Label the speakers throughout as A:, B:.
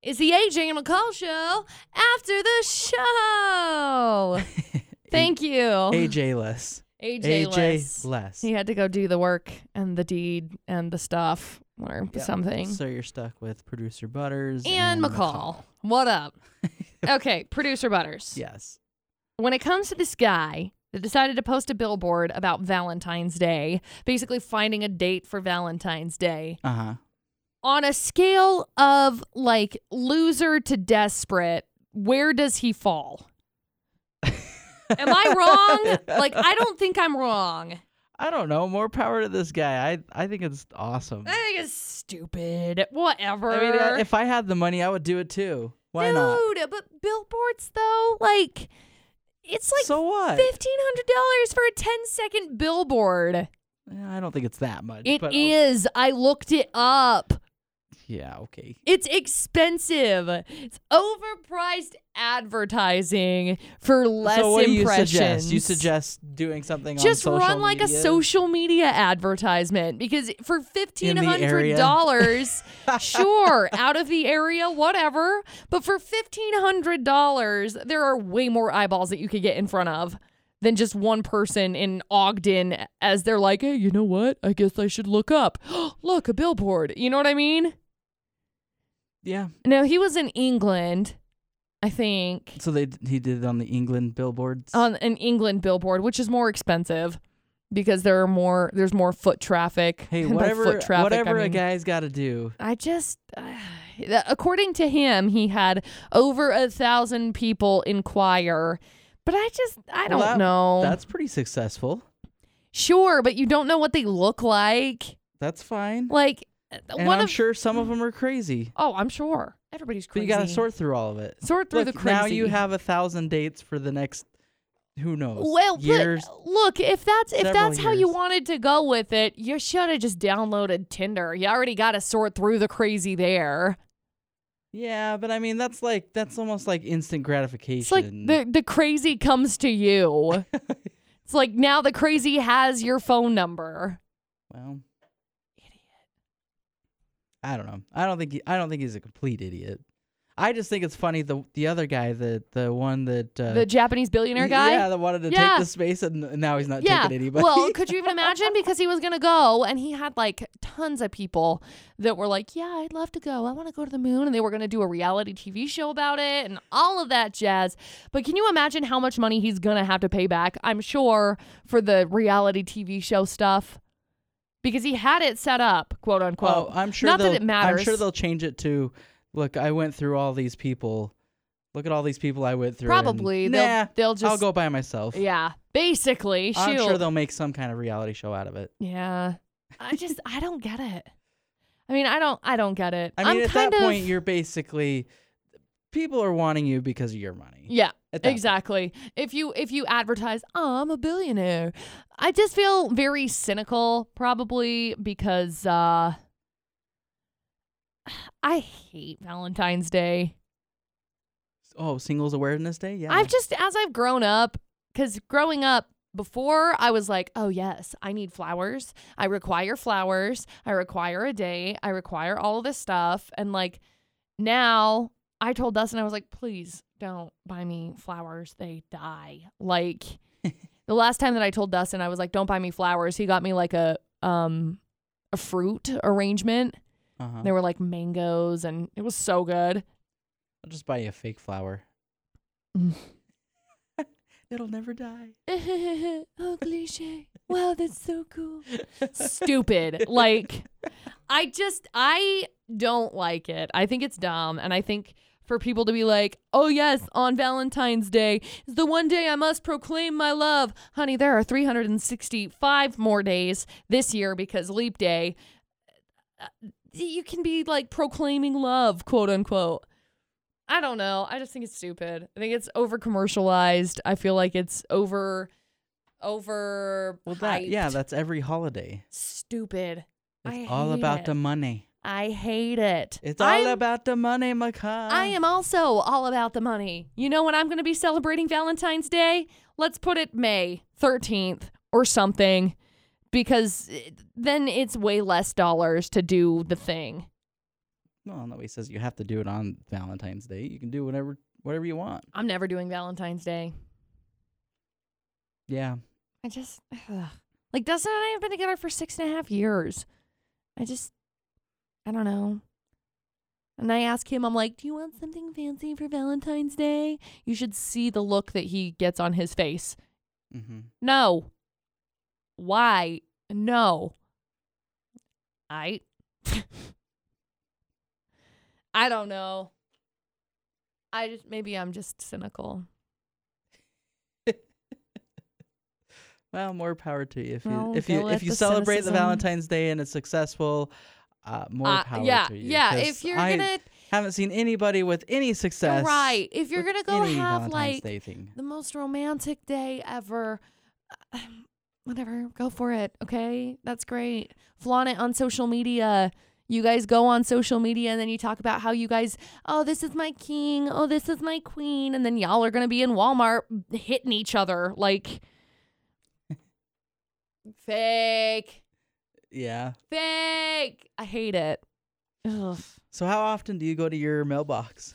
A: It's the AJ and McCall show after the show. Thank you.
B: AJ less.
A: AJ,
B: AJ
A: less.
B: less.
A: He had to go do the work and the deed and the stuff or
B: Yeah.
A: something.
B: So you're stuck with producer Butters
A: and McCall. What up? okay, producer Butters.
B: Yes.
A: When it comes to this guy that decided to post a billboard about Valentine's Day, basically finding a date for Valentine's Day,
B: Uh huh.
A: on a scale of like loser to desperate, where does he fall? Am I wrong? Like, I don't think I'm wrong.
B: I don't know. More power to this guy. I I think it's awesome.
A: I think it's stupid. Whatever.
B: I mean, uh, if I had the money, I would do it too. Why
A: Dude,
B: not?
A: but billboards though, like it's like
B: so what?
A: fifteen hundred dollars for a 10 second billboard.
B: Yeah, I don't think it's that much.
A: It
B: but, oh,
A: is. I looked it up.
B: Yeah. Okay.
A: It's expensive. It's overpriced advertising for less
B: so what do you
A: impressions.
B: suggest? You suggest doing something
A: just
B: on social
A: run like a
B: media?
A: social media advertisement because for fifteen hundred
B: area?
A: dollars, sure, out of the area, whatever. But for fifteen hundred dollars, there are way more eyeballs that you could get in front of than just one person in Ogden as they're like, hey, you know what? I guess I should look up. look, a billboard. You know what I mean?
B: Yeah.
A: No, he was in England, I think.
B: So they d- he did it on the England billboards.
A: on an England billboard, which is more expensive because there are more there's more foot traffic.
B: hey,
A: And by
B: whatever,
A: foot traffic,
B: whatever
A: I
B: a
A: mean,
B: guy's got to do.
A: I just, uh, according to him, he had over a thousand people inquire, but I just I don't
B: Well, that-
A: know.
B: That's pretty successful.
A: sure, but you don't know what they look like.
B: That's fine.
A: Like uh,
B: And
A: one
B: I'm
A: of
B: sure some of them are crazy,
A: oh, I'm sure everybody's
B: but
A: crazy.
B: you got to sort through all of it.
A: sort through the
B: Look,
A: crazy.
B: now you have a thousand dates for the next, who knows,
A: Well,
B: years.
A: but look, if that's if
B: several
A: that's how you
B: years.
A: wanted to go with it, you should have just downloaded Tinder. You already got to sort through the crazy there.
B: yeah, but I mean that's like that's almost like instant gratification.
A: It's like the the crazy comes to you. it's like now the crazy has your phone number.
B: well, idiot. I don't know. I don't think he, I don't think he's a complete idiot. I just think it's funny the the other guy the the one that uh,
A: the Japanese billionaire
B: y-
A: guy.
B: yeah that wanted to
A: Yeah.
B: take the space and and now he's not taking anybody.
A: Well, could you even imagine? Because he was gonna go, and he had like tons of people that were like, "Yeah, I'd love to go. I want to go to the moon," and they were gonna do a reality TV show about it and all of that jazz. But can you imagine how much money he's gonna have to pay back? I'm sure for the reality TV show stuff, because he had it set up, quote unquote.
B: Oh, I'm sure.
A: Not that
B: they'll-
A: it matters.
B: I'm sure they'll change it to, look, I went through all these people. Look at all these people I went through. and-
A: Probably
B: nah,
A: they'll they'll just
B: I'll go by myself.
A: yeah. Basically, shoot.
B: I'm sure they'll make some kind of reality show out of it.
A: Yeah. I just I don't get it. I mean, I don't I don't get it.
B: I mean,
A: am
B: at
A: kind
B: that
A: of
B: point, you're basically people are wanting you because of your money.
A: Yeah.
B: At that point.
A: Exactly. If you if you advertise, "Oh, I'm a billionaire. I just feel very cynical probably because uh I hate Valentine's Day.
B: Oh, Singles Awareness Day. Yeah.
A: I've just as I've grown up cuz growing up before I was like, "Oh yes, I need flowers. I require flowers. I require a day. I require all of this stuff." And like now I told Dustin I was like, "Please don't buy me flowers. They die." Like the last time that I told Dustin I was like, "Don't buy me flowers." He got me like a um a fruit arrangement.
B: uh-huh.
A: There were like mangoes and it was so good.
B: I'll just buy you a fake flower. It'll never die.
A: oh, cliche. Wow, that's so cool. Stupid. Like, I just, I don't like it. I think it's dumb. And I think for people to be like, oh, yes, on Valentine's Day is the one day I must proclaim my love. Honey, there are 365 more days this year because Leap Day. Uh, You can be like proclaiming love, quote unquote. I don't know. I just think it's stupid. I think it's over commercialized. I feel like it's over over
B: Well, that yeah,
A: hyped.
B: that's every holiday.
A: stupid.
B: It's
A: I
B: all
A: hate
B: about
A: it.
B: the money.
A: I hate it.
B: It's all
A: I'm-
B: about the money, Makai.
A: I am also all about the money. You know when I'm going to be celebrating Valentine's Day? Let's put it May 13th or something eh, because it- then it's way less dollars to do the thing.
B: Well, no, he says you have to do it on Valentine's Day. You can do whatever whatever you want.
A: I'm never doing Valentine's Day.
B: Yeah.
A: I just ugh. like Dustin and I have been together for six and a half years. I just I don't know. And I ask him, I'm like, Do you want something fancy for Valentine's Day? You should see the look that he gets on his face.
B: Mm-hmm.
A: No. Why? No. I I don't know. I just maybe I'm just cynical.
B: Well, more power to you. If you
A: Well,
B: if you
A: go
B: if
A: with
B: you
A: the
B: celebrate
A: cynicism.
B: the Valentine's Day and it's successful, uh, more
A: Uh,
B: power
A: yeah,
B: to you.
A: yeah.
B: 'cause
A: If you're
B: I
A: gonna
B: haven't seen anybody with any success.
A: You're right. If you're
B: with
A: gonna go
B: any
A: have
B: Valentine's
A: like
B: Day thing.
A: the most romantic day ever, uh, whatever, go for it. Okay, that's great. Flaunt it on social media. You guys go on social media and then you talk about how you guys, oh, this is my king, oh, this is my queen, and then y'all are gonna be in Walmart hitting each other like fake,
B: Yeah.
A: fake. I hate it. Ugh.
B: So how often do you go to your mailbox?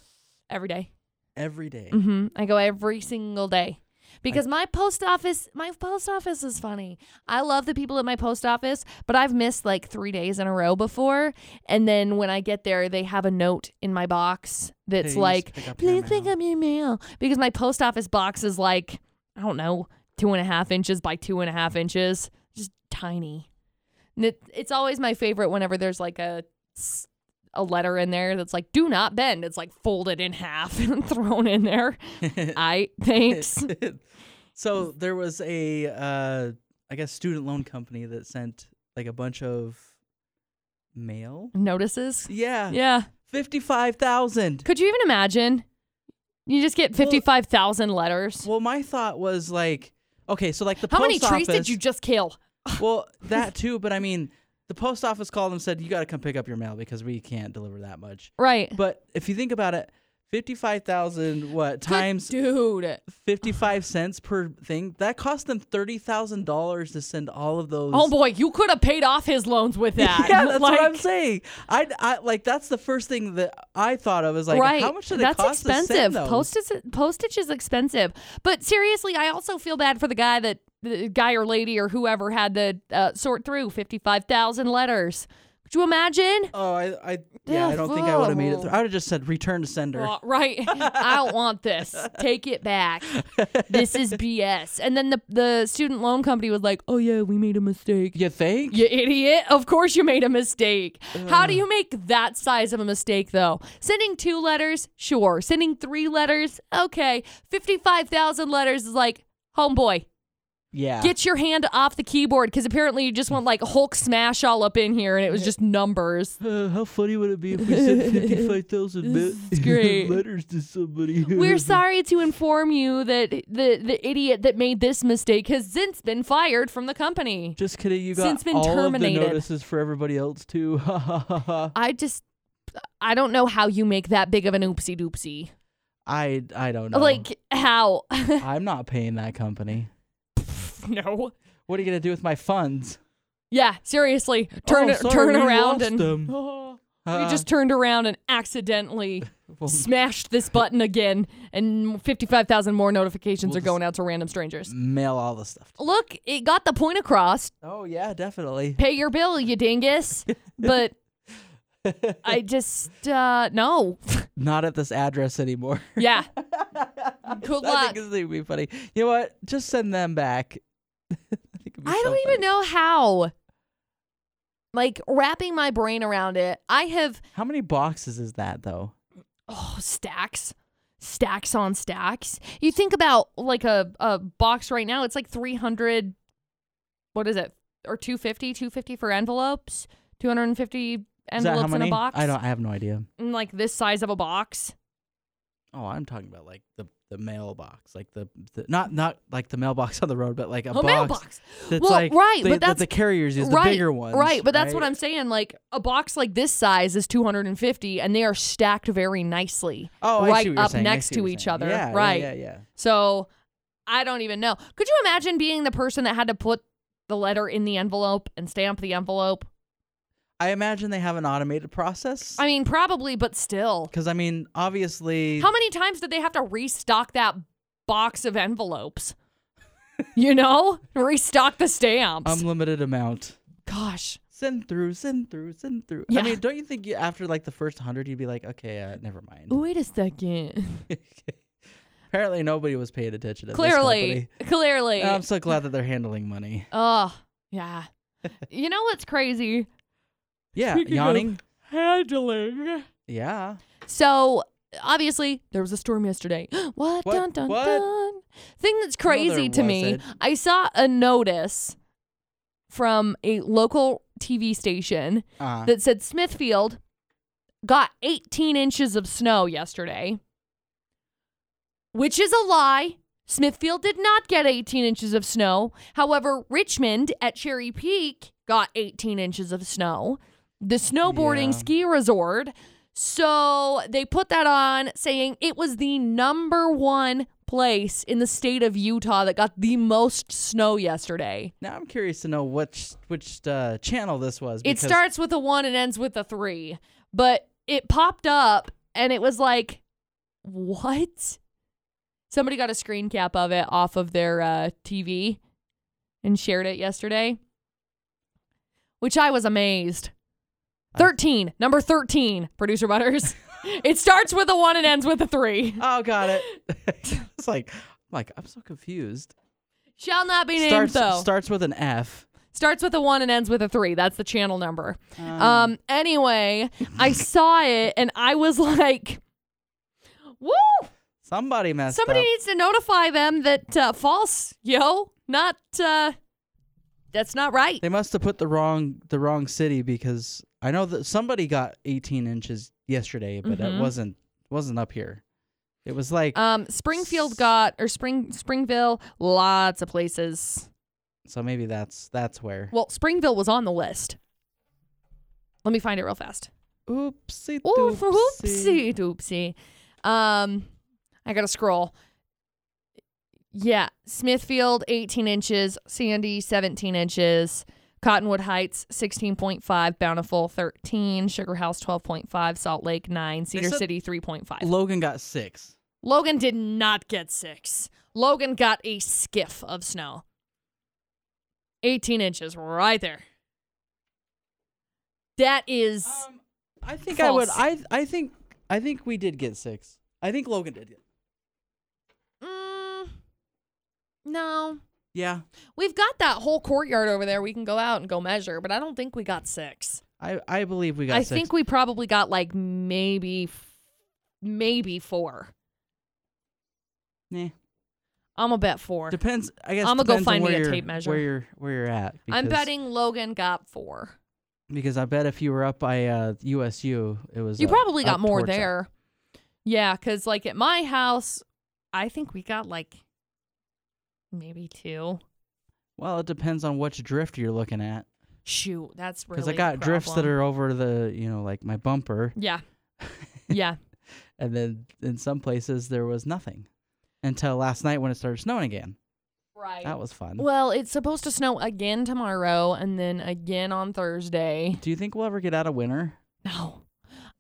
A: Every day.
B: Every day.
A: hmm I go every single day because my post office, my post office is funny. I love the people at my post office, but I've missed like three days in a row before. And then when I get there, they have a note in my box that's
B: Please
A: like,
B: pick up your
A: "Please pick
B: mail."
A: up your mail," because my post office box is like, I don't know, two and a half inches by two and a half inches, just tiny. And it, it's always my favorite whenever there's like a s- a letter in there that's like do not bend it's like folded in half and thrown in there i thanks
B: so there was a uh I guess student loan company that sent like a bunch of mail.
A: notices
B: Yeah.
A: yeah
B: Fifty five thousand.
A: could you even imagine you just get 55000 letters
B: Well my thought was like okay, so like the
A: how
B: post
A: many trees did
B: office-
A: you just kill
B: Well, that too, but I mean the post office called and said you gotta come pick up your mail because we can't deliver that much.
A: right
B: But if you think about it, fifty five thousand
A: Good
B: what times
A: dude
B: 55 cents per thing. That cost them $30,000 to send all of those.
A: oh boy you could have paid off his loans with that
B: yeah, that's what I'm
A: Like,
B: saying. I, I like that's the first thing that I thought of is like
A: right
B: how much did
A: that's
B: it cost to
A: expensive
B: send those?
A: postage postage is expensive but seriously i also feel bad for the guy that the guy or lady or whoever had to uh, sort through 55000 letters could you imagine
B: oh, I, I yeah, I don't think I would have made it. through. I would have just said return to sender.
A: Uh, right. I don't want this. Take it back. This is BS. And then the the student loan company was like, "Oh yeah, we made a mistake."
B: you think?
A: You idiot. Of course you made a mistake. How do you make that size of a mistake though? Sending two letters? Sure. Sending three letters? Okay. 55,000 letters is like, "Homeboy,
B: Yeah.
A: get your hand off the keyboard cuz apparently you just went like Hulk smash all up in here and it was just numbers."
B: Uh, how funny would it be if we sent 55,000
A: This is great.
B: letters to somebody?
A: We're sorry to inform you that the the idiot that made this mistake has since been fired from the company.
B: Just kidding. You got
A: Since been
B: all
A: terminated.
B: of the notices for everybody else too. Ha ha ha ha.
A: I just I don't know how you make that big of an oopsie doopsie.
B: I I don't know.
A: Like how?
B: I'm not paying that company.
A: no.
B: What are you gonna do with my funds?
A: Yeah, seriously. Turn
B: Oh, sorry,
A: turn
B: we
A: around
B: lost
A: and
B: them.
A: we
B: Uh,
A: just turned around and accidentally
B: well,
A: smashed this button again and 55,000 more notifications
B: We'll
A: are going out to random strangers.
B: mail all the stuff.
A: Look, it got the point across.
B: Oh yeah, definitely.
A: pay your bill, you dingus. But I just uh no.
B: Not at this address anymore.
A: yeah. Good
B: I
A: luck.
B: think it's gonna be funny. You know what? Just send them back. I think it'd be
A: I
B: so
A: don't
B: funny.
A: even know how. Like wrapping my brain around it. I have
B: How many boxes is that though?
A: oh stacks. Stacks on stacks. You think about like a, a box right now, it's like 300 what is it? Or 250, 250 for envelopes, 250
B: Is that how
A: envelopes in
B: many?
A: a box.
B: I don't. I have no idea.
A: in like this size of a box.
B: Oh, I'm talking about like the the mailbox, like the, the not not like the mailbox on the road, but like a,
A: A
B: box
A: Oh, mailbox.
B: that's
A: Well,
B: like
A: right,
B: the,
A: but
B: that
A: that's-
B: the carriers use the bigger ones.
A: Right, but that's what
B: right?
A: I'm saying. Like a box like this size is 250, and they are stacked very nicely,
B: Oh, I see what
A: right
B: you're
A: up
B: saying. I
A: next
B: see what
A: to
B: you're
A: each
B: saying.
A: other.
B: Yeah, yeah,
A: right.
B: Yeah, yeah.
A: So I don't even know. Could you imagine being the person that had to put the letter in the envelope and stamp the envelope?
B: I imagine they have an automated process.
A: I mean, probably, but still.
B: Because I mean, obviously,
A: How many times did they have to restock that box of envelopes? you know? Restock the stamps.
B: unlimited amount.
A: Gosh.
B: Send through, send through, send through.
A: Yeah.
B: I mean, don't you think you, after like the first hundred, you'd be like, okay, uh, never mind.
A: Wait a second.
B: Apparently, nobody was paying attention. At
A: clearly.
B: this
A: Clearly.
B: company. Um, I'm so glad that they're handling money.
A: oh, yeah. you know what's crazy?
B: Yeah,
A: Speaking of-
B: yawning.
A: Handling.
B: Yeah.
A: So obviously there was a storm yesterday. what?
B: What?
A: Dun dun
B: What?
A: dun. Thing that's crazy to
B: there
A: me.
B: wasn't.
A: I saw a notice from a local TV station
B: Uh,
A: that said Smithfield got 18 inches of snow yesterday, which is a lie. Smithfield did not get 18 inches of snow. However, Richmond at Cherry Peak got 18 inches of snow, the snowboarding
B: Yeah.
A: ski resort. So they put that on saying it was the number one place in the state of Utah that got the most snow yesterday.
B: now I'm curious to know which which uh, channel this was.
A: It
B: Because
A: starts with a one and ends with a three, but it popped up and it was like, what? Somebody got a screen cap of it off of their uh, TV and shared it yesterday, which I was amazed. 13, number 13, producer Butters. it starts with a one and ends with a three.
B: Oh, got it. it's like, I'm like I'm so confused.
A: Shall not be named,
B: starts
A: though.
B: starts with an F.
A: starts with a one and ends with a three. That's the channel number.
B: Um,
A: Um. Anyway, I saw it and I was like, "Woo!
B: somebody messed
A: Somebody
B: up.
A: needs to notify them that uh, false, yo, not uh, that's not right."
B: They must have put the wrong the wrong city because I know that somebody got 18 inches yesterday, but
A: Mhm.
B: it wasn't wasn't up here. It was like
A: Um. Springfield got or Spring Springville, lots of places.
B: so maybe that's that's where.
A: Well, Springville was on the list. Let me find it real fast.
B: Oopsie
A: Ooh, for
B: doopsie.
A: oopsie doopsie. Um, I gotta scroll. Yeah, Smithfield 18 inches, Sandy 17 inches, Cottonwood Heights 16.5, Bountiful 13, Sugar House 12.5, Salt Lake 9, Cedar
B: said-
A: City 3.5.
B: Logan got six.
A: Logan did not get six. Logan got a skiff of snow. 18 inches right there. That is.
B: Um, I think I would.
A: False.
B: I I think I think we did get six. I think Logan did. Get,
A: Mm, no.
B: yeah,
A: We've got that whole courtyard over there. We can go out and go measure, but I don't think we got six.
B: I I believe we got.
A: I
B: six.
A: think we probably got like maybe, f- maybe four.
B: Nah.
A: I'm a bet four.
B: Depends. I guess
A: I'ma go
B: depends on
A: find me
B: where
A: a
B: you're-
A: tape measure.
B: Where you're where you're at.
A: I'm
B: because-
A: betting Logan got four.
B: because I bet if you were up by uh, USU, it was
A: You
B: uh,
A: probably got
B: up
A: more
B: towards that.
A: there. Yeah, because like at my house, I think we got like maybe two.
B: Well, it depends on which drift you're looking at.
A: Shoot, that's really
B: Because I got
A: the
B: drifts that
A: problem.
B: are over the you know like my bumper,
A: yeah, yeah.
B: and then in some places there was nothing until last night when it started snowing again.
A: right.
B: That was fun.
A: Well, it's supposed to snow again tomorrow and then again on Thursday.
B: Do you think we'll ever get out of winter?
A: No.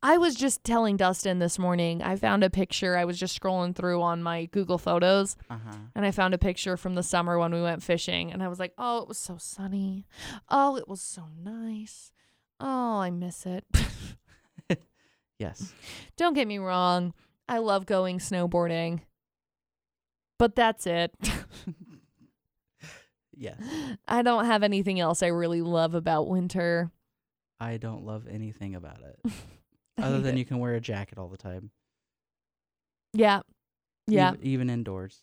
A: I was just telling Dustin this morning, I found a picture. I was just scrolling through on my Google Photos
B: Uh huh.
A: and I found a picture from the summer when we went fishing. And I was like, oh, it was so sunny. Oh, it was so nice. Oh, I miss it.
B: Yes.
A: Don't get me wrong. I love going snowboarding, but that's it.
B: Yes.
A: I don't have anything else I really love about winter.
B: I don't love anything about it.
A: I
B: other
A: hate
B: than
A: it.
B: you can wear a jacket all the time.
A: Yeah. Yeah.
B: Ev- even indoors.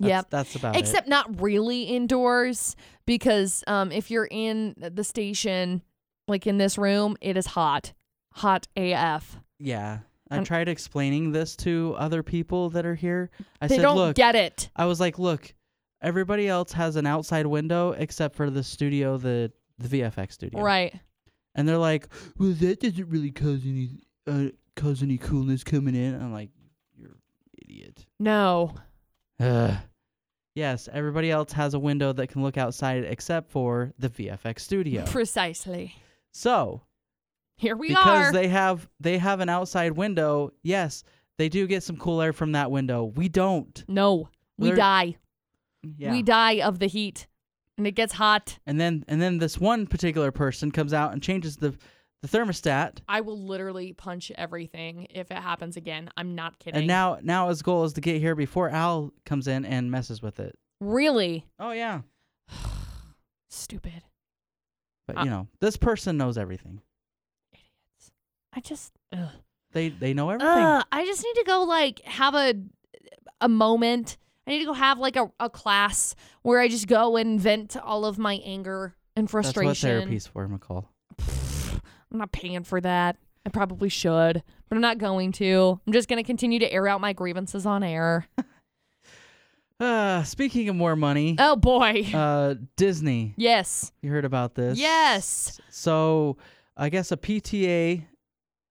B: That's,
A: Yeah.
B: That's about it.
A: Except not really indoors because um, if you're in the station, like in this room, it is hot. Hot AF.
B: Yeah. I
A: And-
B: tried explaining this to other people that are here. I
A: they
B: said,
A: don't
B: look,
A: get it.
B: I was like, look, everybody else has an outside window except for the studio, the, the VFX studio.
A: Right.
B: And they're like, well, that doesn't really cause any, uh, cause any coolness coming in. I'm like, you're an idiot.
A: No.
B: Ugh. Yes, everybody else has a window that can look outside except for the VFX studio.
A: Precisely.
B: So
A: Here we
B: because
A: are.
B: they have they have an outside window, yes, they do get some cool air from that window. We don't.
A: no, we
B: They're-
A: die.
B: Yeah.
A: We die of the heat, and it gets hot.
B: and then and then this one particular person comes out and changes the the thermostat.
A: I will literally punch everything if it happens again. I'm not kidding.
B: And now now his goal is to get here before Al comes in and messes with it.
A: really
B: Oh yeah.
A: stupid.
B: But
A: Uh,
B: you know, this person knows everything.
A: I just. Ugh.
B: They they know everything.
A: Ugh, Uh, I just need to go like have a a moment. I need to go have like a, a class where I just go and vent all of my anger and
B: That's
A: frustration.
B: what therapy's for, McCall.
A: Pfft, I'm not paying for that. I probably should, but I'm not going to. I'm just going to continue to air out my grievances on air.
B: Uh, speaking of more money,
A: Oh boy.
B: uh, Disney.
A: yes.
B: You heard about this?
A: Yes.
B: So I guess a PTA,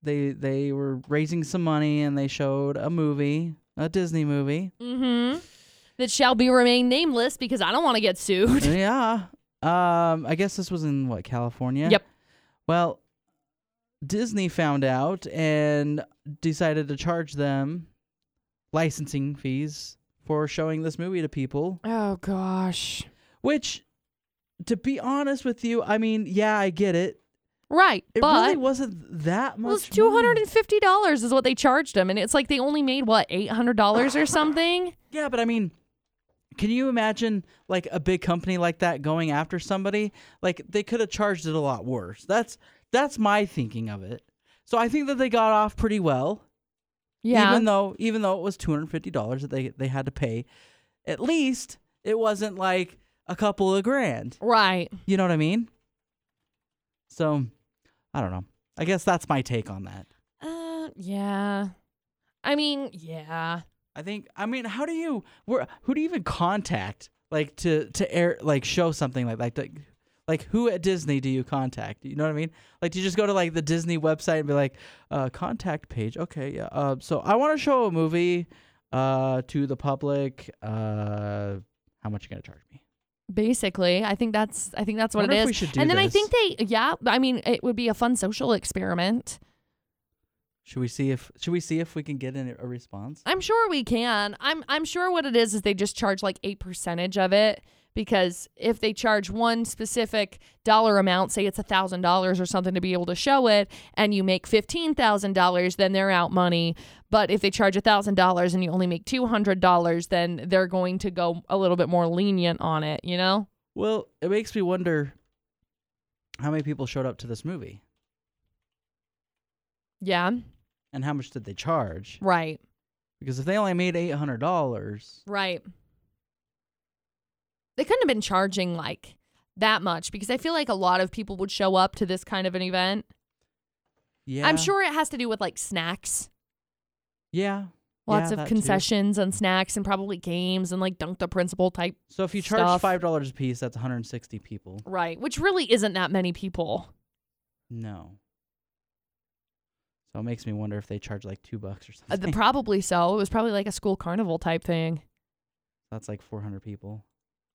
B: they they were raising some money and they showed a movie, a Disney movie.
A: Mm-hmm. That shall be remain nameless because I don't want to get sued.
B: yeah. Um, I guess this was in what California.
A: Yep.
B: Well, Disney found out and decided to charge them licensing fees for showing this movie to people.
A: Oh gosh.
B: Which, to be honest with you, I mean, yeah, I get it.
A: Right.
B: It
A: but
B: really wasn't that much.
A: Well, it's two
B: money.
A: hundred and fifty dollars is what they charged them, and it's like they only made what eight hundred dollars or something.
B: Yeah, but I mean, can you imagine like a big company like that going after somebody? Like they could have charged it a lot worse. That's that's my thinking of it. So I think that they got off pretty well.
A: Yeah,
B: Even though even though it was two hundred fifty dollars that they they had to pay, at least it wasn't like a couple of grand.
A: right.
B: You know what I mean? So, I don't know. I guess that's my take on that.
A: Uh, yeah. I mean, yeah.
B: I think. I mean, how do you? Where? Who do you even contact? Like to to air like show something like like like, like who at Disney do you contact? You know what I mean? Like do you just go to like the Disney website and be like, uh, contact page. Okay, yeah. Uh, so I want to show a movie, uh, to the public. Uh, how much you gonna charge me?
A: Basically, I think that's I think that's what
B: Wonder
A: it
B: if
A: is.
B: we should do
A: and then I
B: this.
A: think they, yeah. I mean, it would be a fun social experiment.
B: Should we see if should we see if we can get an, a response?
A: I'm sure we can. I'm I'm sure what it is is they just charge like a percentage of it because if they charge one specific dollar amount, say it's a thousand dollars or something to be able to show it, and you make fifteen thousand dollars, then they're out money. But if they charge a thousand dollars and you only make two hundred dollars, then they're going to go a little bit more lenient on it. You know?
B: Well, it makes me wonder how many people showed up to this movie
A: Yeah.
B: and how much did they charge?
A: Right.
B: Because if they only made eight hundred dollars,
A: Right. They couldn't have been charging like that much because I feel like a lot of people would show up to this kind of an event.
B: yeah,
A: I'm sure it has to do with like snacks.
B: Yeah.
A: Lots
B: Yeah,
A: of
B: that too.
A: concessions and snacks and probably games and like dunk the principal type.
B: So if you charge
A: Stuff.
B: five dollars a piece, that's 160 people.
A: Right. Which really isn't that many people.
B: No. So it makes me wonder if they charge like two bucks or
A: Uh,
B: something.
A: the, probably so. It was probably like a school carnival type thing.
B: that's like 400 people,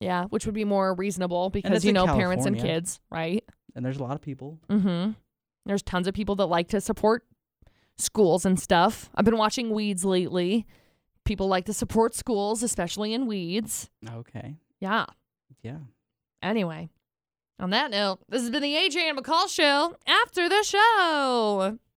A: Yeah. Which would be more reasonable because,
B: it's
A: you
B: in
A: know, parents and
B: California.
A: kids, right?
B: and there's a lot of people.
A: Mm hmm. There's tons of people that like to support schools and stuff. I've been watching Weeds lately. People like to support schools, especially in Weeds.
B: Okay.
A: Yeah.
B: Yeah.
A: Anyway, on that note, this has been the AJ and McCall Show after the show.